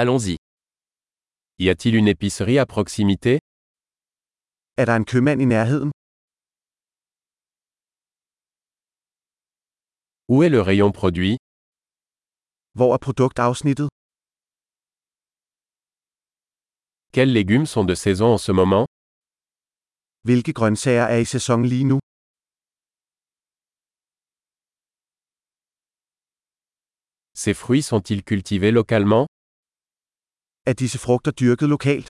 Allons-y. Y a-t-il une épicerie à proximité Er der en købmand i nærheden? Où est le rayon produit Hvor er produktafsnittet? Quels légumes sont de saison en ce moment Hvilke grøntsager er i sæson lige nu? Ces fruits sont-ils cultivés localement Er disse frugter dyrket lokalt?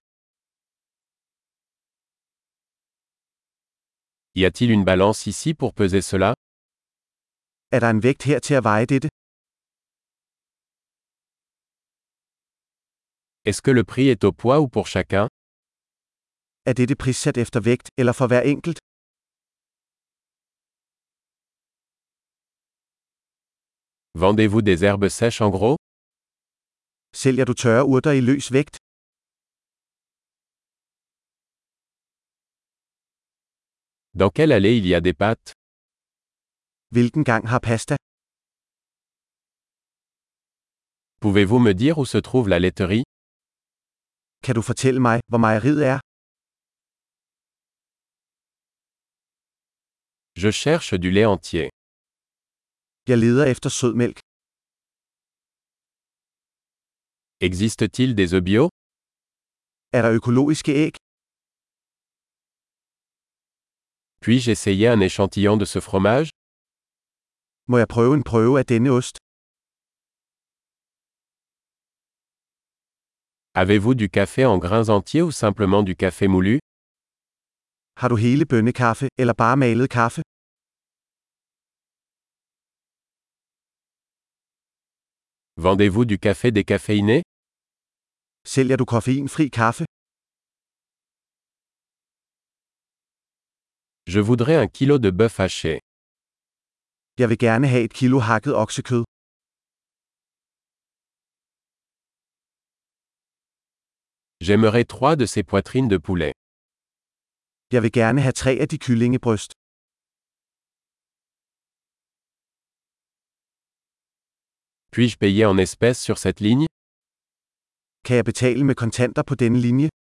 Y a-t-il une balance ici pour peser cela Er der en vægt her til at veje dette? Est-ce que le prix est au poids ou pour chacun Er dette prissat efter vægt eller for hver enkelt? Vendez-vous des herbes sèches en gros Sælger du tørre urter i løs vægt? Dans quelle allée il y a des pâtes Hvilken gang har pasta? Pouvez-vous me dire où se trouve la laiterie Kan du fortælle mig, hvor mejeriet er? Je cherche du lait entier. Jeg leder efter sødmælk. Existe-t-il des œufs bio Er der økologiske æg? Puis-je essayer un échantillon de ce fromage Må jeg prøve en prøve af denne ost? Avez-vous du café en grains entiers ou simplement du café moulu Har du hele bønnekaffe eller bare malet kaffe? Vendez-vous du café décaféiné Sælger du koffeinfri kaffe? Je voudrais un kilo de bœuf haché. Jeg vil gerne have et kilo hakket oksekød. J'aimerais trois de ces poitrines de poulet. Jeg vil gerne have tre af de kyllingebryst. Puis-je payer en espèces sur cette ligne Kan jeg betale med kontanter på denne linje?